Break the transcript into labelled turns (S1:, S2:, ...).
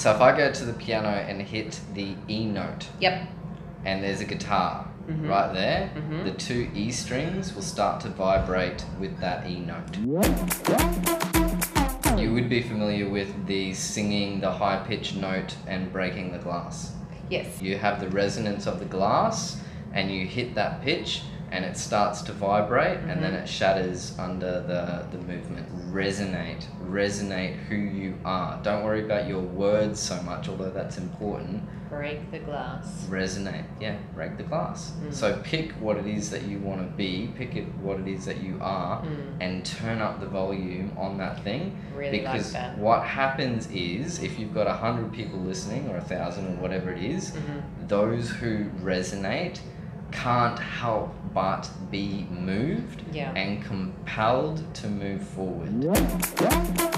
S1: So if I go to the piano and hit the E note,
S2: Yep.
S1: and there's a guitar
S2: Mhm.
S1: right there,
S2: Mhm.
S1: the two E strings will start to vibrate with that E note. You would be familiar with the singing the high pitched note and breaking the glass.
S2: Yes.
S1: You have the resonance of the glass, and you hit that pitch, and it starts to vibrate, and
S2: Mm-hmm.
S1: then it shatters under the, the movement. Resonate, resonate who you are. Don't worry about your words so much, although that's important.
S2: Break the glass.
S1: Resonate, yeah, break the glass.
S2: Mm.
S1: So pick what it is that you want to be, pick it what it is that you are,
S2: Mm.
S1: and turn up the volume on that thing.
S2: Really like
S1: because
S2: that.
S1: what happens is, if you've got a hundred people listening or a thousand or whatever it is,
S2: Mhm.
S1: those who resonate can't help but be moved
S2: Yeah.
S1: and compelled to move forward.